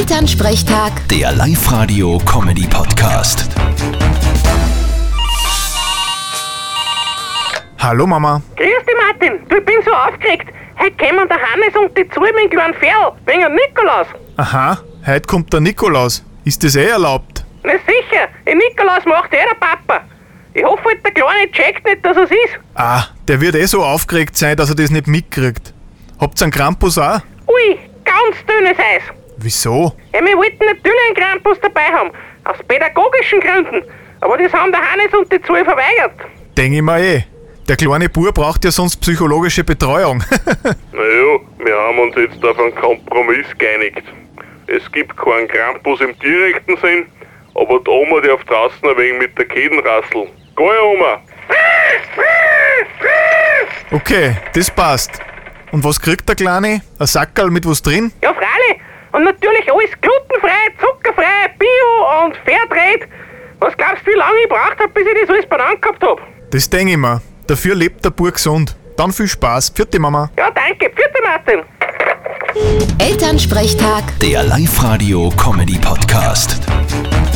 Elternsprechtag, Der Live-Radio-Comedy-Podcast. Hallo Mama. Grüß dich, Martin. Du, ich bin so aufgeregt. Heute kommen der Hannes und die zwei mit dem kleinen Pferd wegen dem Nikolaus. Aha, heute kommt der Nikolaus. Ist das eh erlaubt? Na sicher, den Nikolaus macht eh der Papa. Ich hoffe, halt der Kleine checkt nicht, dass es ist. Ah, der wird eh so aufgeregt sein, dass er das nicht mitkriegt. Habt's einen Krampus auch? Ui, ganz dünnes Eis. Wieso? Ja, wir wollten natürlich einen Krampus dabei haben. Aus pädagogischen Gründen. Aber das haben der Hannes und die zwei verweigert. Denk ich mal eh. Der kleine Bub braucht ja sonst psychologische Betreuung. Naja, wir haben uns jetzt auf einen Kompromiss geeinigt. Es gibt keinen Krampus im direkten Sinn, aber die Oma darf draußen ein wenig mit der Kedenrassel. Geh, Oma! okay, das passt. Und was kriegt der Kleine? Ein Sackerl mit was drin? Ja, freilich. Und natürlich alles glutenfrei, zuckerfrei, bio und fairtrade. Was glaubst du, wie lange ich gebraucht habe, bis ich das alles benannt gehabt habe? Das denk ich mir. Dafür lebt der Bub gesund. Dann viel Spaß. Vierte Mama. Ja, danke. Vierte Martin. Elternsprechtag. Der Live-Radio-Comedy-Podcast.